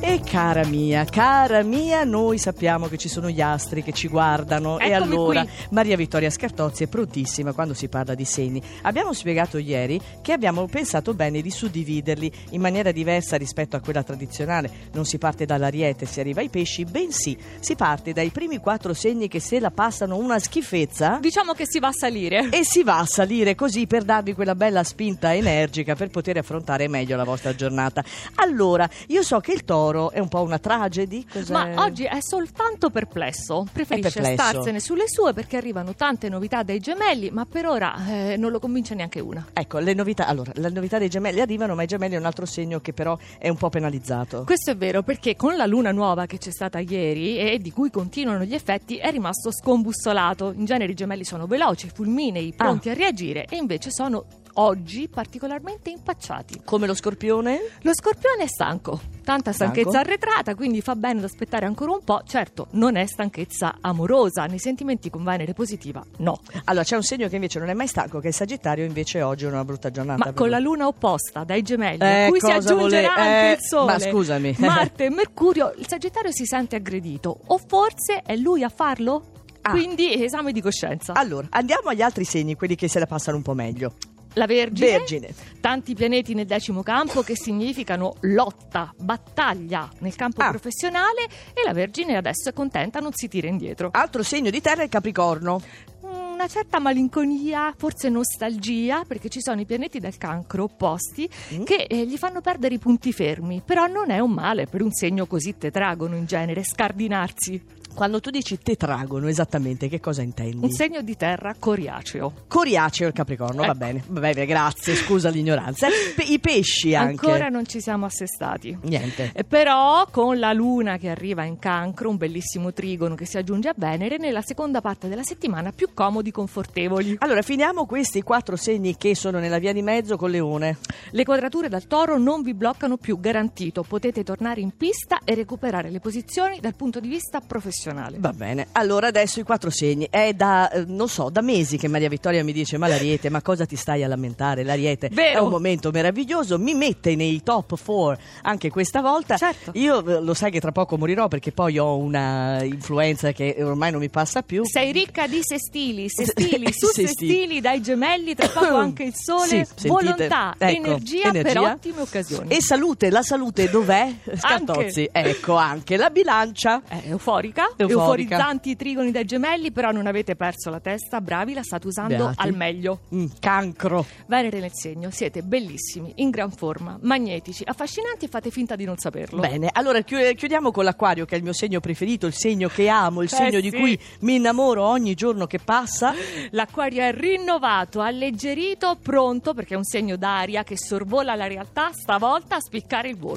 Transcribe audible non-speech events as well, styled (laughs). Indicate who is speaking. Speaker 1: E cara mia, cara mia, noi sappiamo che ci sono gli astri che ci guardano e
Speaker 2: Eccomi
Speaker 1: allora
Speaker 2: qui.
Speaker 1: Maria Vittoria Scartozzi è prontissima quando si parla di segni. Abbiamo spiegato ieri che abbiamo pensato bene di suddividerli in maniera diversa rispetto a quella tradizionale. Non si parte dall'ariete, si arriva ai pesci, bensì si parte dai primi quattro segni che se la passano una schifezza
Speaker 2: Diciamo che si va a salire.
Speaker 1: e si va a salire così per darvi quella bella spinta energica per poter affrontare meglio la vostra giornata. Allora, io so che il toro è un po' una tragedy, cos'è?
Speaker 2: Ma oggi è soltanto perplesso. Preferisce
Speaker 1: Cioè? È perplesso.
Speaker 2: starsene sulle sue perché arrivano tante novità dai gemelli, ma per ora eh, non lo convince neanche una.
Speaker 1: Ecco, le novità, allora, le novità dei gemelli arrivano, ma i gemelli è un altro segno che però è un po' penalizzato.
Speaker 2: Questo è vero perché con la luna nuova che c'è stata ieri e di cui continuano gli effetti è rimasto scombussolato. In genere i gemelli sono veloci, fulminei,
Speaker 1: Ah.
Speaker 2: pronti a reagire e invece sono oggi particolarmente impacciati.
Speaker 1: Come lo scorpione?
Speaker 2: Lo scorpione è stanco, tanta stanchezza
Speaker 1: Stanco?
Speaker 2: arretrata, quindi fa bene ad aspettare ancora un po'. Certo, non è stanchezza amorosa, nei sentimenti con Venere positiva no.
Speaker 1: Allora, c'è un segno che invece non è mai stanco, che è il Sagittario, invece oggi è una brutta giornata.
Speaker 2: Ma
Speaker 1: per
Speaker 2: con
Speaker 1: lui.
Speaker 2: la luna opposta dai gemelli,
Speaker 1: Eh,
Speaker 2: a cui si
Speaker 1: cosa
Speaker 2: aggiungerà
Speaker 1: vole-
Speaker 2: anche
Speaker 1: eh,
Speaker 2: il sole.
Speaker 1: ma scusami. (laughs)
Speaker 2: (laughs) Marte e Mercurio, il Sagittario si sente aggredito. O forse è lui a farlo?
Speaker 1: Ah.
Speaker 2: Quindi esame di coscienza.
Speaker 1: Allora, andiamo agli altri segni, quelli che se la passano un po' meglio.
Speaker 2: La Vergine,
Speaker 1: Vergine.
Speaker 2: tanti pianeti nel decimo campo che significano lotta, battaglia nel campo
Speaker 1: Ah.
Speaker 2: professionale e la Vergine adesso è contenta, non si tira indietro.
Speaker 1: Altro segno di terra è il Capricorno.
Speaker 2: Una certa malinconia, forse nostalgia, perché ci sono i pianeti del cancro opposti
Speaker 1: Mm.
Speaker 2: che eh, gli fanno perdere i punti fermi, però non è un male per un segno così tetragono in genere, scardinarsi.
Speaker 1: Quando tu dici tetragono, esattamente che cosa intendi?
Speaker 2: Un segno di terra coriaceo.
Speaker 1: Coriaceo il Capricorno, va
Speaker 2: Ecco.
Speaker 1: bene. Va bene, grazie, scusa l'ignoranza. Eh, Pe- I pesci anche.
Speaker 2: Ancora non ci siamo assestati.
Speaker 1: Niente.
Speaker 2: Eh, Però con la luna che arriva in cancro, un bellissimo trigono che si aggiunge a Venere, nella seconda parte della settimana più comodi, confortevoli.
Speaker 1: Allora, finiamo questi quattro segni che sono nella via di mezzo con Leone.
Speaker 2: Le quadrature dal toro non vi bloccano più, garantito. Potete tornare in pista e recuperare le posizioni dal punto di vista professionale.
Speaker 1: Va bene, allora adesso i quattro segni. È da, eh, non so, da mesi che Maria Vittoria mi dice: Ma l'ariete, ma cosa ti stai a lamentare? L'ariete
Speaker 2: Vero.
Speaker 1: è un momento meraviglioso, mi mette nei top 4 anche questa volta.
Speaker 2: Certo.
Speaker 1: Io eh, lo sai che tra poco morirò perché poi ho una influenza che ormai non mi passa più.
Speaker 2: Sei ricca di
Speaker 1: (laughs)
Speaker 2: sestili, sestili, su
Speaker 1: Sestili.
Speaker 2: sestili, dai gemelli, tra
Speaker 1: (laughs) (coughs)
Speaker 2: poco anche il sole,
Speaker 1: Sì, sentite.
Speaker 2: volontà,
Speaker 1: Ecco,
Speaker 2: energia, per
Speaker 1: energia.
Speaker 2: ottime occasioni.
Speaker 1: E salute, la salute dov'è? Scartozzi, ecco anche la bilancia.
Speaker 2: È euforica,
Speaker 1: Euforica.
Speaker 2: euforizzanti i trigoni dai gemelli, però non avete perso la testa, bravi, la state usando
Speaker 1: Beati.
Speaker 2: al meglio.
Speaker 1: Mm, cancro.
Speaker 2: Venere nel segno, siete bellissimi, in gran forma, magnetici, affascinanti e fate finta di non saperlo.
Speaker 1: Bene, allora chi- chiudiamo con l'acquario che è il mio segno preferito, il segno che amo, il segno di
Speaker 2: Eh sì.
Speaker 1: cui mi innamoro ogni giorno che passa.
Speaker 2: L'acquario è rinnovato, alleggerito, pronto perché è un segno d'aria che sorvola la realtà, stavolta a spiccare il volo.